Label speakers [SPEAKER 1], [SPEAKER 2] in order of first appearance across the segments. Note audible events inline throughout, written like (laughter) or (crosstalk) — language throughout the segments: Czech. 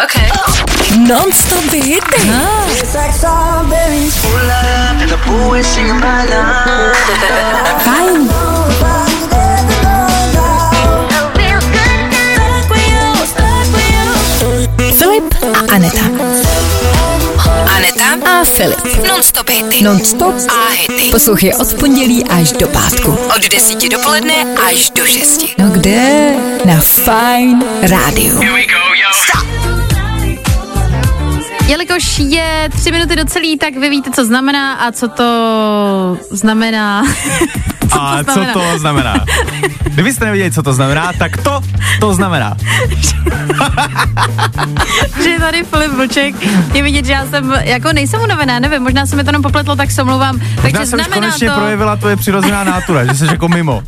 [SPEAKER 1] Okay.
[SPEAKER 2] Non-stop de hity.
[SPEAKER 3] And the boys singing my love.
[SPEAKER 2] Fajn. Filip a Aneta.
[SPEAKER 1] Aneta
[SPEAKER 2] A Filip.
[SPEAKER 1] Non-stop hity.
[SPEAKER 2] Non-stop
[SPEAKER 1] A hity.
[SPEAKER 2] Poslouchej od pondělí až do pátku.
[SPEAKER 1] Od 10 dopoledne až do 6.
[SPEAKER 2] No kde? Na Fajn rádiu.
[SPEAKER 4] Jelikož je tři minuty do celý, tak vy víte, co znamená a co to znamená. (laughs)
[SPEAKER 5] A co
[SPEAKER 4] znamená?
[SPEAKER 5] to znamená? Kdybyste nevěděli, co to znamená, tak to, to znamená.
[SPEAKER 4] že je tady Filip Vlček. Je vidět, že já jsem, jako nejsem unavená, nevím, možná se mi to jenom popletlo, tak se omlouvám.
[SPEAKER 5] Možná
[SPEAKER 4] Takže
[SPEAKER 5] se už
[SPEAKER 4] znamená
[SPEAKER 5] konečně
[SPEAKER 4] to,
[SPEAKER 5] projevila tvoje přirozená nátura, že jsi jako mimo.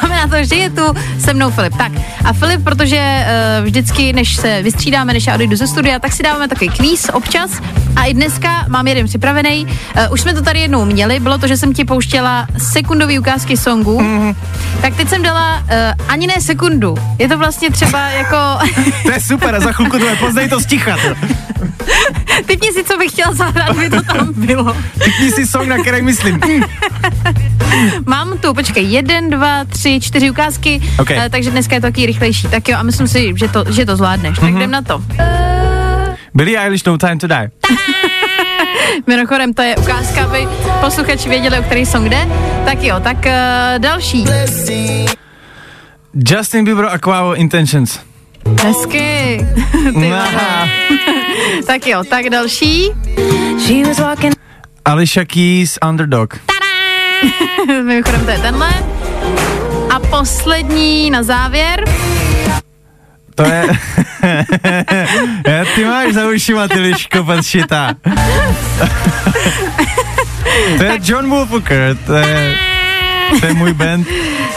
[SPEAKER 4] znamená to, že je tu se mnou Filip. Tak a Filip, protože uh, vždycky, než se vystřídáme, než já odejdu ze studia, tak si dáváme takový kvíz občas. A i dneska mám jeden připravený. Uh, už jsme to tady jednou měli, bylo to, že jsem ti pouštěla sekundový ukázky songů. Mm-hmm. Tak teď jsem dala uh, ani ne sekundu. Je to vlastně třeba jako (laughs)
[SPEAKER 5] To je super, a za chvilku to je poznej to stichat.
[SPEAKER 4] Teď mě si co bych chtěla zahrát, by to tam bylo.
[SPEAKER 5] Typni si song, na který myslím. Mm.
[SPEAKER 4] Mám tu, počkej, jeden, dva, tři, čtyři ukázky,
[SPEAKER 5] Ok.
[SPEAKER 4] eh, takže dneska je to taky rychlejší. Tak jo, a myslím si, že to, že to zvládneš. Tak jdem na to.
[SPEAKER 5] Billie Eilish, No Time to Die.
[SPEAKER 4] Mimochodem, to je ukázka, aby posluchači věděli, o který song jde. Tak jo, tak uh, další.
[SPEAKER 5] Justin Bieber, Aquavo, Intentions.
[SPEAKER 4] Hezky. (laughs) Ty vado.
[SPEAKER 5] Aha.
[SPEAKER 4] tak jo, tak další.
[SPEAKER 5] Alicia Keys, Underdog.
[SPEAKER 4] (laughs) Mimochodem, to je tenhle. A poslední na závěr.
[SPEAKER 5] To je... (laughs) Já, ty máš za ušima, ty liško, patřita. to je John Wolfker, to je, to je můj band.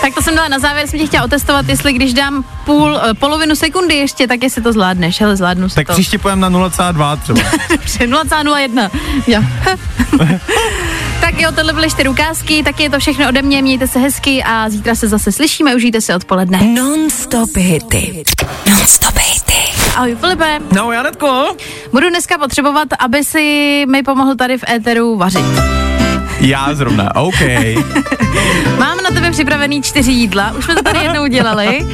[SPEAKER 4] Tak to jsem dala na závěr, jsem tě chtěla otestovat, jestli když dám půl, eh, polovinu sekundy ještě, tak jestli to zvládneš. Hele, zvládnu si
[SPEAKER 5] Tak
[SPEAKER 4] to. (laughs)
[SPEAKER 5] příště pojem na 0,2 třeba.
[SPEAKER 4] Dobře, 0,01. Jo. (laughs) tak jo, tohle byly čtyři ukázky, tak je to všechno ode mě, mějte se hezky a zítra se zase slyšíme, užijte se odpoledne.
[SPEAKER 2] Non-stop hity. Non-stop hity.
[SPEAKER 4] Ahoj Filipe,
[SPEAKER 5] No, Janetko.
[SPEAKER 4] budu dneska potřebovat, aby si mi pomohl tady v éteru vařit.
[SPEAKER 5] Já
[SPEAKER 4] (laughs)
[SPEAKER 5] zrovna, OK.
[SPEAKER 4] Mám na tebe připravený čtyři jídla, už jsme to tady jednou dělali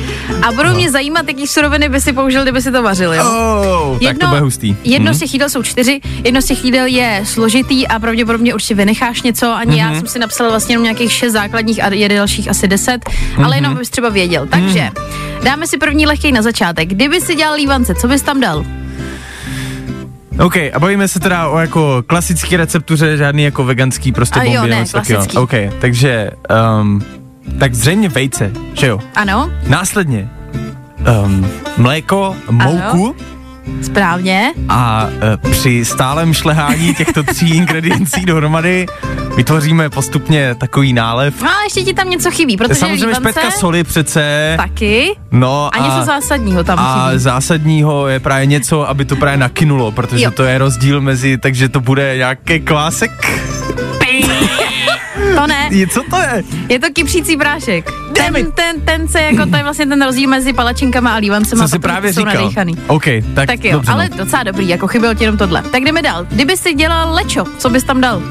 [SPEAKER 4] a budou
[SPEAKER 5] No.
[SPEAKER 4] mě zajímat, jaký suroviny by si použil, kdyby si to vařil, jo?
[SPEAKER 5] Oh, tak to bude hustý.
[SPEAKER 4] No.
[SPEAKER 5] Mhm.
[SPEAKER 4] Jedno z těch jídel jsou čtyři, jedno z těch jídel je složitý a pravděpodobně určitě vynecháš něco. Ani mm-hmm. já
[SPEAKER 5] Mhm.
[SPEAKER 4] jsem si napsala vlastně jenom nějakých šest základních a je dalších asi deset, mm-hmm.
[SPEAKER 5] Mhm.
[SPEAKER 4] ale jenom abys třeba věděl. Takže dáme si první lehkej na začátek. Kdyby si dělal lívance, co bys tam dal?
[SPEAKER 5] OK, a bavíme se teda o jako klasický receptuře, žádný jako veganský prostě
[SPEAKER 4] A jo,
[SPEAKER 5] bomby. nebo
[SPEAKER 4] ne,
[SPEAKER 5] něco takového.
[SPEAKER 4] klasický.
[SPEAKER 5] OK, takže, um, tak zřejmě vejce, že jo?
[SPEAKER 4] Ano,
[SPEAKER 5] Následně um, mléko, mouku
[SPEAKER 4] správně.
[SPEAKER 5] a uh, při stálem šlehání těchto tří
[SPEAKER 4] (laughs)
[SPEAKER 5] ingrediencí dohromady vytvoříme postupně takový nálev.
[SPEAKER 4] A ještě ti tam něco chybí, protože
[SPEAKER 5] Samozřejmě
[SPEAKER 4] lívance
[SPEAKER 5] špetka soli přece.
[SPEAKER 4] taky.
[SPEAKER 5] No
[SPEAKER 4] A něco
[SPEAKER 5] a,
[SPEAKER 4] zásadního tam
[SPEAKER 5] a
[SPEAKER 4] chybí.
[SPEAKER 5] zásadního je právě něco, aby to právě nakynulo, protože
[SPEAKER 4] Jo.
[SPEAKER 5] to je rozdíl mezi, takže to bude nějaký kvásek.
[SPEAKER 4] (laughs) To ne.
[SPEAKER 5] Je, co to je?
[SPEAKER 4] Je to kypřící prášek.
[SPEAKER 5] Damn
[SPEAKER 4] Ten,
[SPEAKER 5] it.
[SPEAKER 4] ten, ten se jako, to je vlastně ten rozdíl mezi palačinkama a lívancema.
[SPEAKER 5] Co jsi
[SPEAKER 4] protože ty
[SPEAKER 5] právě
[SPEAKER 4] jsou
[SPEAKER 5] říkal?
[SPEAKER 4] nadýchaný.
[SPEAKER 5] OK, tak,
[SPEAKER 4] Tak jo,
[SPEAKER 5] dobře,
[SPEAKER 4] ale
[SPEAKER 5] no.
[SPEAKER 4] docela dobrý, jako chybělo ti jenom tohle. Tak jdeme dál. Kdyby si dělal lečo, co bys tam dal?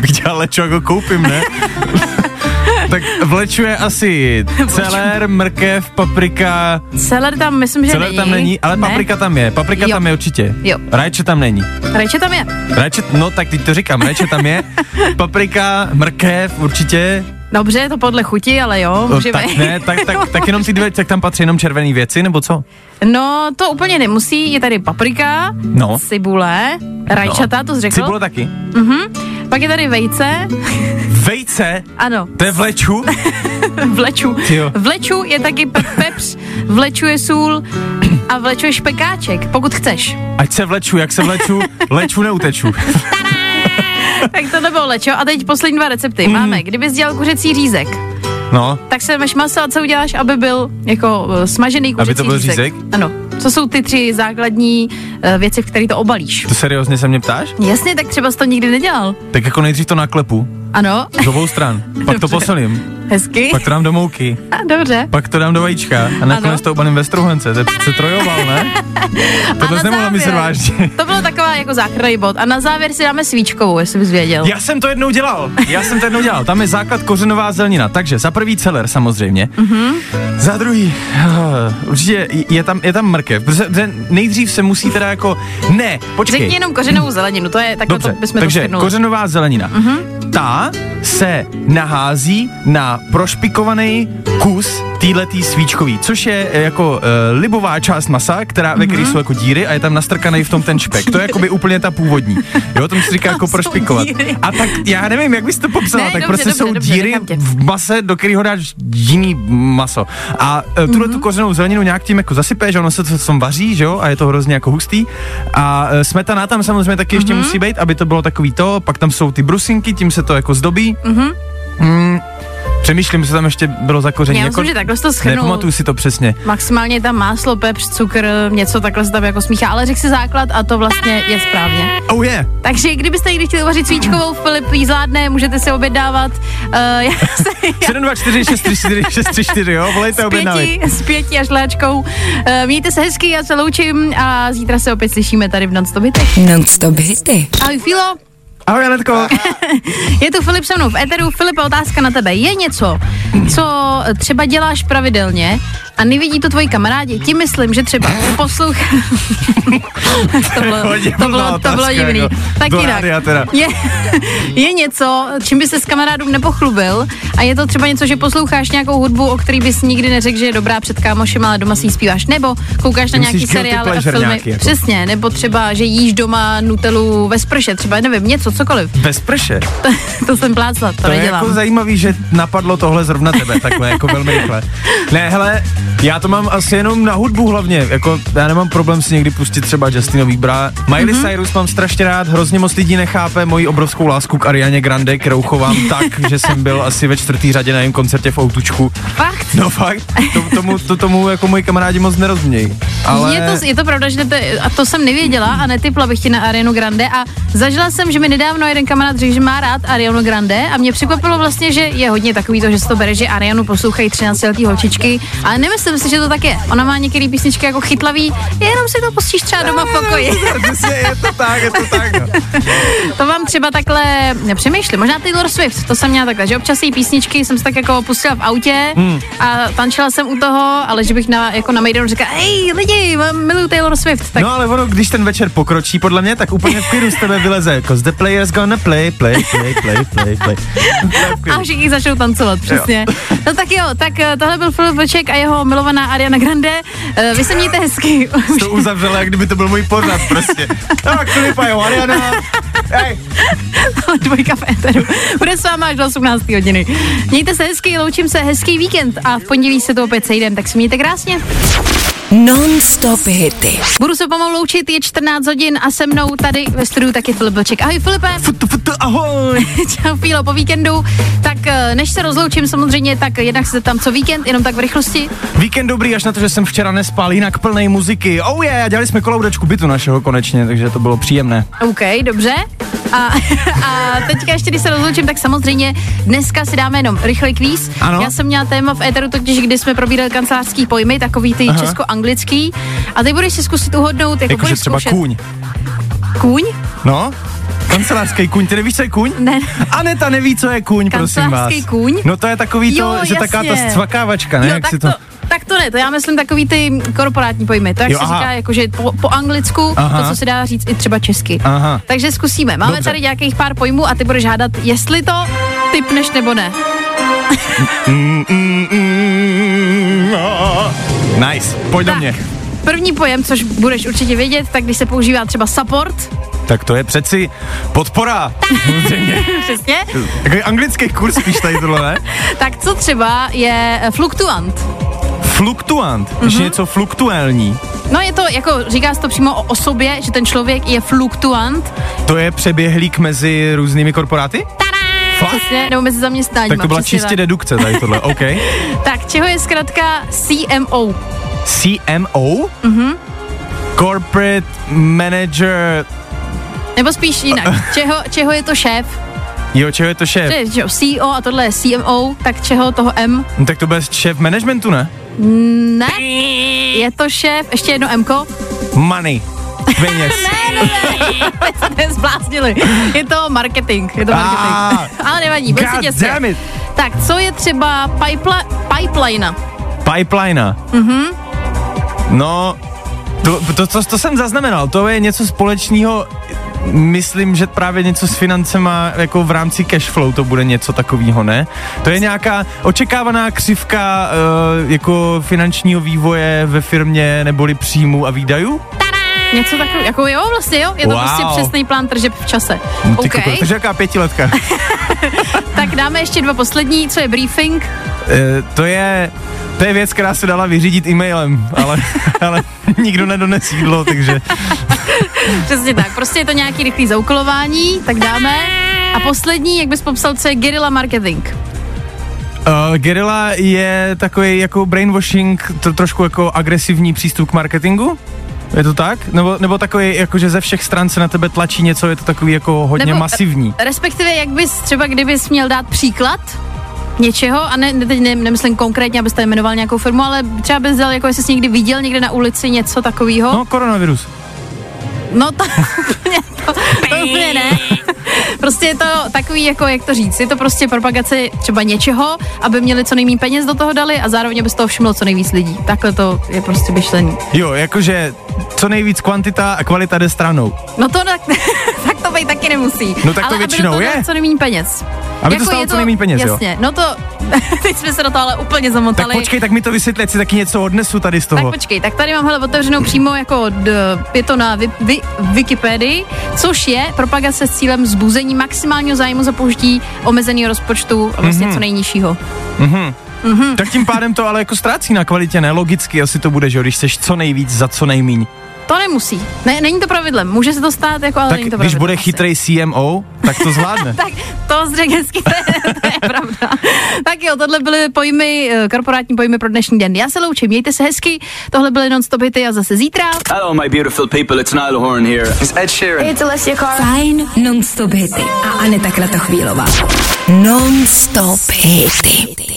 [SPEAKER 5] Bych dělal lečo, jako koupím, ne?
[SPEAKER 4] (laughs)
[SPEAKER 5] tak v leču je asi celer, mrkev, paprika.
[SPEAKER 4] Celer tam, myslím, že
[SPEAKER 5] Celer
[SPEAKER 4] není.
[SPEAKER 5] tam není, ale paprika tam je. Paprika
[SPEAKER 4] Jo.
[SPEAKER 5] tam je určitě.
[SPEAKER 4] Jo.
[SPEAKER 5] Rajče tam není.
[SPEAKER 4] Ne? Rajče tam je.
[SPEAKER 5] Rajče, no tak teď to říkám, rajče
[SPEAKER 4] (laughs)
[SPEAKER 5] tam je. Paprika, mrkev určitě.
[SPEAKER 4] Dobře, je to podle chuti, ale jo,
[SPEAKER 5] O,
[SPEAKER 4] můžeme.
[SPEAKER 5] No, Eh,
[SPEAKER 4] (laughs)
[SPEAKER 5] tak ne, tak, tak, tak jenom ty dvě, tak tam patří jenom červené věci, nebo co?
[SPEAKER 4] No, to úplně nemusí. Je tady paprika,
[SPEAKER 5] No.
[SPEAKER 4] cibule, rajčata, to jsi řekl.
[SPEAKER 5] Cibule taky.
[SPEAKER 4] Pak je tady vejce.
[SPEAKER 5] Vejce,
[SPEAKER 4] Ano, (laughs)
[SPEAKER 5] to je v leču.
[SPEAKER 4] v leču.
[SPEAKER 5] Ty jo.
[SPEAKER 4] V leču je taky pe- pepř, v leču je sůl a v leču je špekáček, pokud chceš. (laughs)
[SPEAKER 5] Ať se vleču, jak se vleču, leču neuteču.
[SPEAKER 4] Tak to bylo lečo. A teď poslední dva recepty.
[SPEAKER 5] Mhm.
[SPEAKER 4] Máme, kdyby jsi dělal kuřecí řízek,
[SPEAKER 5] No,
[SPEAKER 4] tak se vemeš maso a co uděláš, aby byl jako eh, smažený kuřecí
[SPEAKER 5] Aby to byl řízek?
[SPEAKER 4] Ano. Co jsou ty tři základní eh, věci, v které to obalíš?
[SPEAKER 5] to seriózně se mě ptáš?
[SPEAKER 4] Jasně, tak třeba jsi to nikdy nedělal.
[SPEAKER 5] Tak jako nejdřív to naklepu,
[SPEAKER 4] Ano. (laughs)
[SPEAKER 5] z obou stran, pak to
[SPEAKER 4] Dobře.
[SPEAKER 5] posolím.
[SPEAKER 4] Hezky.
[SPEAKER 5] Pak to dám do mouky,
[SPEAKER 4] A, Dobře.
[SPEAKER 5] pak to dám do vajíčka a nakonec
[SPEAKER 4] Ano.
[SPEAKER 5] to obalím ve struhence. To je přece trojoval, ne?
[SPEAKER 4] A
[SPEAKER 5] Tohle
[SPEAKER 4] na
[SPEAKER 5] jsi nemohla
[SPEAKER 4] závěr-
[SPEAKER 5] myslet vážně.
[SPEAKER 4] To bylo taková jako záchranný bod. A na závěr si dáme svíčkovou, jestli bys věděl.
[SPEAKER 5] Já jsem to jednou dělal. Já jsem to jednou dělal. Tam je základ kořenová zelenina. Takže za prvý celer samozřejmě. Mm-hmm. Za druhý, eh, určitě je tam, je tam mrkev. Protože protože nejdřív se musí teda jako, ne, počkej.
[SPEAKER 4] Řekni jenom kořenovou zeleninu, to je, tak na
[SPEAKER 5] Dobře,
[SPEAKER 4] to bychom
[SPEAKER 5] takže
[SPEAKER 4] to shrnuli. Mhm.
[SPEAKER 5] kořenová zelenina. Mm-hmm. Ta se nahází na prošpikovaný kus týhletý svíčkový, což je eh, jako uh, libová část masa, která, mm-hmm. ve
[SPEAKER 4] Mhm.
[SPEAKER 5] které jsou jako díry a je tam nastrkaný v tom ten špek. To je jakoby úplně ta původní. Jo, tomu se
[SPEAKER 4] (laughs)
[SPEAKER 5] říká jako
[SPEAKER 4] jsou
[SPEAKER 5] prošpikovat.
[SPEAKER 4] díry.
[SPEAKER 5] A tak já nevím, jak bys to popsala,
[SPEAKER 4] Ne,
[SPEAKER 5] tak
[SPEAKER 4] dobře,
[SPEAKER 5] prostě
[SPEAKER 4] dobře,
[SPEAKER 5] jsou
[SPEAKER 4] dobře,
[SPEAKER 5] díry
[SPEAKER 4] nechám tě.
[SPEAKER 5] v mase, do kterého dáš jiný maso. A uh, tuhle
[SPEAKER 4] Mhm.
[SPEAKER 5] mm-hmm. tu kořenou zeleninu nějak tím jako zasypeš, a ono se to v tom vaří, že jo, a je to hrozně jako hustý. A uh, smetana tam samozřejmě taky ještě mm-hmm.
[SPEAKER 4] Mhm.
[SPEAKER 5] musí být, aby to bylo takový to, pak tam jsou ty brusinky, tím se to jako zdobí. Mm-hmm.
[SPEAKER 4] Mhm.
[SPEAKER 5] Mm, přemýšlím, co tam ještě bylo za koření.
[SPEAKER 4] Já
[SPEAKER 5] jako,
[SPEAKER 4] myslím, že takhle jsi to schrnul.
[SPEAKER 5] nepamatuju si to přesně.
[SPEAKER 4] Maximálně tam máslo, pepř, cukr, něco takhle se tam jako smíchá, ale řekl si základ a to vlastně je správně.
[SPEAKER 5] Oh yeah.
[SPEAKER 4] Takže kdybyste někdy chtěli uvařit svíčkovou, Filip jí zvládne, můžete si objednávat. Uh, (laughs) já se, já
[SPEAKER 5] 724 634 634, jo, volejte
[SPEAKER 4] s
[SPEAKER 5] objednali.
[SPEAKER 4] pěti, s pěti až léčkou. Uh, mějte se hezky, já se loučím a zítra se opět slyšíme tady v Nonstop Hitech.
[SPEAKER 2] Non-stop hity.
[SPEAKER 4] Ahoj Filo,
[SPEAKER 5] Ahoj, Janetko.
[SPEAKER 4] je tu Filip se mnou v Eteru. Filipe, otázka na tebe. Je něco, co třeba děláš pravidelně a nevidí to tvoji kamarádi? Ti myslím, že třeba poslouchá... (laughs)
[SPEAKER 5] (laughs)
[SPEAKER 4] to bylo,
[SPEAKER 5] Hodně
[SPEAKER 4] to bylo, to
[SPEAKER 5] blbá
[SPEAKER 4] bylo
[SPEAKER 5] otázka,
[SPEAKER 4] divný.
[SPEAKER 5] jako
[SPEAKER 4] tak
[SPEAKER 5] do
[SPEAKER 4] jinak.
[SPEAKER 5] rádia teda.
[SPEAKER 4] Je, je něco, čím by se s kamarádům nepochlubil a je to třeba něco, že posloucháš nějakou hudbu, o který bys nikdy neřekl, že je dobrá před kámošem, ale doma si ji zpíváš, nebo koukáš na
[SPEAKER 5] Myslíš
[SPEAKER 4] nějaký
[SPEAKER 5] guilty
[SPEAKER 4] seriály a
[SPEAKER 5] pleasure
[SPEAKER 4] filmy.
[SPEAKER 5] nějaký jako?
[SPEAKER 4] Přesně, nebo třeba, že jíš doma nutelu ve sprše, třeba nevím, něco, cokoliv.
[SPEAKER 5] Bez prše.
[SPEAKER 4] To, (laughs) to jsem plácla, to,
[SPEAKER 5] To je
[SPEAKER 4] nedělám.
[SPEAKER 5] jako zajímavý, že napadlo tohle zrovna tebe, takhle jako velmi rychle. Ne, hele, já to mám asi jenom na hudbu hlavně, jako já nemám problém si někdy pustit třeba Justina Biebera. Miley
[SPEAKER 4] Mhm.
[SPEAKER 5] mm-hmm. Cyrus mám strašně rád, hrozně moc lidí nechápe moji obrovskou lásku k Ariane Grande,
[SPEAKER 4] (laughs)
[SPEAKER 5] kterou chovám tak, že jsem byl asi ve čtvrtý řadě na jejím koncertě v Outučku.
[SPEAKER 4] Fakt?
[SPEAKER 5] No fakt, to, tomu, to, tomu jako moji kamarádi moc nerozumějí. Ale...
[SPEAKER 4] Ale... Je, to, je to pravda, že to, a to jsem nevěděla a netypla bych ti na Arianu Grande a zažila jsem, že mi nedávno jeden kamarád řekl, že má rád Arianu Grande a mě překvapilo vlastně, že je hodně takový to, že se to bere, že Arianu poslouchají 13 letý holčičky, ale nemyslím si, že to tak je. Ona má některé písničky jako chytlavý, jenom si to pustíš třeba doma v pokoji.
[SPEAKER 5] Přesně, (laughs) je to tak, je to tak. No.
[SPEAKER 4] To vám třeba takhle nepřemýšlím. Možná Taylor Swift, to jsem měla takhle, že občas její písničky jsem se tak jako pustila v autě hmm. a tančila jsem u toho, ale že bych na, jako na Maidanu řekla, hej lidi, mám- miluju Taylor Swift, tak
[SPEAKER 5] No ale ono, když ten večer pokročí, podle mě, tak úplně v klidu z tebe vyleze. Cause the player's gonna play, play, play, play, play,
[SPEAKER 4] (laughs)
[SPEAKER 5] play. Úplně v klidu.
[SPEAKER 4] A všichni začnou tancovat, přesně. No tak jo, tak eh, tohle byl Filip Vlček a jeho milovaná Ariana Grande. Eh, Vy se mějte hezky. (laughs)
[SPEAKER 5] Jsi to uzavřela, jak kdyby to byl můj pořad prostě. Tak, Filipa, jo, Ariana. Hej.
[SPEAKER 4] Dvojka v éteru. Bude s váma až do 18. hodiny. Mějte se hezky, loučím se, hezký víkend a v pondělí se to opět sejdem, tak se mějte krásně.
[SPEAKER 2] Non-stop hity.
[SPEAKER 4] Budu se pomalu loučit, je 14 hodin a se mnou tady ve studiu taky Filip Vlček. Ahoj Filipe. (laughs)
[SPEAKER 5] Futu, futu, ahoj.
[SPEAKER 4] Čau, Fílo, po víkendu. Tak eh, než se rozloučím samozřejmě, tak jednak se tam co víkend, jenom tak v rychlosti.
[SPEAKER 5] Víkend dobrý, až na to, že jsem včera nespal, jinak plnej muziky. Oh yeah, dělali jsme koloudečku bytu našeho konečně, takže to bylo příjemné.
[SPEAKER 4] OK, dobře. A, (laughs) a teďka ještě, když se rozloučím, tak samozřejmě dneska si dáme jenom rychlý kvíz.
[SPEAKER 5] Ano.
[SPEAKER 4] Já jsem měla téma v éteru totiž, kdy jsme probírali kancelářský pojmy, takový ty
[SPEAKER 5] Aha.
[SPEAKER 4] česko-anglický. A ty budeš si zkusit uhodnout, jako
[SPEAKER 5] Jakože
[SPEAKER 4] budeš
[SPEAKER 5] třeba
[SPEAKER 4] zkoušet-
[SPEAKER 5] kůň.
[SPEAKER 4] Kůň?
[SPEAKER 5] No, kancelářský kuň, ty nevíš, co je kuň?
[SPEAKER 4] Ne.
[SPEAKER 5] Aneta neví, co je kuň, prosím vás.
[SPEAKER 4] Kancelářský kůň?
[SPEAKER 5] No to je takový to,
[SPEAKER 4] Jo,
[SPEAKER 5] že taká ta
[SPEAKER 4] jasně.
[SPEAKER 5] scvakávačka, ne?
[SPEAKER 4] jo,
[SPEAKER 5] Jak
[SPEAKER 4] tak
[SPEAKER 5] si to...
[SPEAKER 4] tak to ne, to já myslím takový ty korporátní pojmy. To, jak
[SPEAKER 5] Jo,
[SPEAKER 4] se
[SPEAKER 5] aha.
[SPEAKER 4] říká, jakože po, po anglicku,
[SPEAKER 5] Aha.
[SPEAKER 4] to, co se dá říct i třeba česky.
[SPEAKER 5] Aha.
[SPEAKER 4] Takže zkusíme. Máme
[SPEAKER 5] Dobře.
[SPEAKER 4] tady nějakých pár pojmů a ty budeš hádat, jestli to typneš nebo ne.
[SPEAKER 5] Nice, pojď do
[SPEAKER 4] Tak.
[SPEAKER 5] mě.
[SPEAKER 4] První pojem, což budeš určitě vědět, tak když se používá třeba support, (laughs)
[SPEAKER 5] Tak to je přeci podpora. Samozřejmě.
[SPEAKER 4] přesně,
[SPEAKER 5] Takový anglický kurz spíš tady tohle, ne?
[SPEAKER 4] tak co třeba je eh, fluktuant?
[SPEAKER 5] Fluktuant, mm-hmm.
[SPEAKER 4] Mhm.
[SPEAKER 5] ještě něco fluktuální.
[SPEAKER 4] No je to, jako říká se to přímo o osobě, že ten člověk je fluktuant,
[SPEAKER 5] To je přeběhlík mezi různými korporáty? Fakt?
[SPEAKER 4] přesně, nebo mezi zaměstnáníma.
[SPEAKER 5] Tak to byla
[SPEAKER 4] přesně
[SPEAKER 5] čistě dedukce tady tohle, OK.
[SPEAKER 4] (laughs) Tak, čeho je zkrátka CMO?
[SPEAKER 5] CMO? Mm-hmm.
[SPEAKER 4] Mhm.
[SPEAKER 5] Corporate Manager (laughs)
[SPEAKER 4] Nebo spíš jinak, čeho, čeho je to šéf?
[SPEAKER 5] Jo, čeho je to šéf?
[SPEAKER 4] To je že jo, CEO a tohle je CMO, tak čeho toho M?
[SPEAKER 5] No, tak to bude šéf managementu, ne?
[SPEAKER 4] Ne, je to šéf, ještě jedno
[SPEAKER 5] (laughs)
[SPEAKER 4] Mko. (laughs)
[SPEAKER 5] Money. Peněz.
[SPEAKER 4] Ne, ne, ne, teď se nezbláznili. Je to marketing, je to marketing.
[SPEAKER 5] Ah.
[SPEAKER 4] Ale nevadí, byl si
[SPEAKER 5] God
[SPEAKER 4] těsně.
[SPEAKER 5] damn it.
[SPEAKER 4] Tak, co je třeba pipela, pipeline?
[SPEAKER 5] Pipeline. Mhm. No, to, to, to, to jsem zaznamenal, to je něco společného, myslím, že právě něco s financema, jako v rámci cashflow to bude něco takového, ne? To je nějaká očekávaná křivka uh, jako finančního vývoje ve firmě neboli příjmu a výdajů?
[SPEAKER 4] Něco takového, jako jo, vlastně jo, je to
[SPEAKER 5] Wow.
[SPEAKER 4] prostě přesný plán tržeb v čase.
[SPEAKER 5] No, ty
[SPEAKER 4] OK,
[SPEAKER 5] koko, to je jaká pětiletka.
[SPEAKER 4] tak dáme ještě dva poslední, co je briefing.
[SPEAKER 5] Eh, to je... To je věc, která se dala vyřídit e-mailem, ale, (laughs) ale nikdo nedones jídlo, takže
[SPEAKER 4] Přesně tak, prostě je to nějaký rychlý zaúkolování, tak dáme. A poslední, jak bys popsal, co je guerilla marketing.
[SPEAKER 5] Uh, Gerilla je takový jako brainwashing, to, trošku jako agresivní přístup k marketingu? Je to tak? Nebo, nebo takový, jako že ze všech stran se na tebe tlačí něco, je to takový jako hodně
[SPEAKER 4] Nebo-
[SPEAKER 5] nebo, masivní.
[SPEAKER 4] Respektive, jak bys třeba, kdybys měl dát příklad něčeho, a ne, ne- teď ne, nemyslím konkrétně, abyste jmenoval nějakou firmu, ale třeba bys dal, jako jestli jsi někdy viděl někde na ulici něco takového.
[SPEAKER 5] No, koronavirus.
[SPEAKER 4] No to (laughs) úplně, to, to úplně ne. Prostě je to takový, jako jak to říct, je to prostě propagace třeba něčeho, aby měli co nejméně peněz do toho dali a zároveň aby z toho všimlo co nejvíc lidí. Takhle to je prostě myšlení.
[SPEAKER 5] Jo, jakože co nejvíc kvantita a kvalita jde stranou.
[SPEAKER 4] No to tak, (laughs) tak to být taky nemusí.
[SPEAKER 5] No tak to
[SPEAKER 4] ale
[SPEAKER 5] většinou
[SPEAKER 4] aby do toho
[SPEAKER 5] je.
[SPEAKER 4] dal co nejméně peněz. Jako
[SPEAKER 5] Aby to stálo
[SPEAKER 4] je
[SPEAKER 5] co nejméně peněz, jo.
[SPEAKER 4] Jasně, no to, (laughs) teď jsme se do toho ale úplně zamotali.
[SPEAKER 5] Tak počkej, tak mi to vysvětli, ať si taky něco odnesu tady z
[SPEAKER 4] Tak
[SPEAKER 5] toho.
[SPEAKER 4] počkej, tak tady mám hele otevřenou přímo jako d, je to na vi, vi, Wikipedii, což je propagace s cílem zbuzení maximálního zájmu za použití omezeného rozpočtu a
[SPEAKER 5] Mhm.
[SPEAKER 4] vlastně mm-hmm. co nejnižšího.
[SPEAKER 5] tak tím pádem to ale jako ztrácí na kvalitě, ne? Logicky asi to bude, že jo, když seš co nejvíc za co nejmíň.
[SPEAKER 4] To nemusí. Ne, není to pravidlem. Může se to stát, jako, ale
[SPEAKER 5] Tak
[SPEAKER 4] není to
[SPEAKER 5] když
[SPEAKER 4] pravidlem
[SPEAKER 5] bude
[SPEAKER 4] asi.
[SPEAKER 5] chytrý CMO, tak
[SPEAKER 4] (laughs)
[SPEAKER 5] to zvládne.
[SPEAKER 4] Tak to zřejmě hezky, (laughs) to je, to je pravda. Tak jo, tohle byly pojmy, eh, korporátní pojmy pro dnešní den. Já se loučím, mějte se hezky, tohle byly non-stop hity a zase zítra.
[SPEAKER 6] Hello, my beautiful people. It's Niall Horn here.
[SPEAKER 3] It's Ed Sheeran.
[SPEAKER 2] Fajn non-stop hity a Aneta Kratochvílová. Non-stop hity.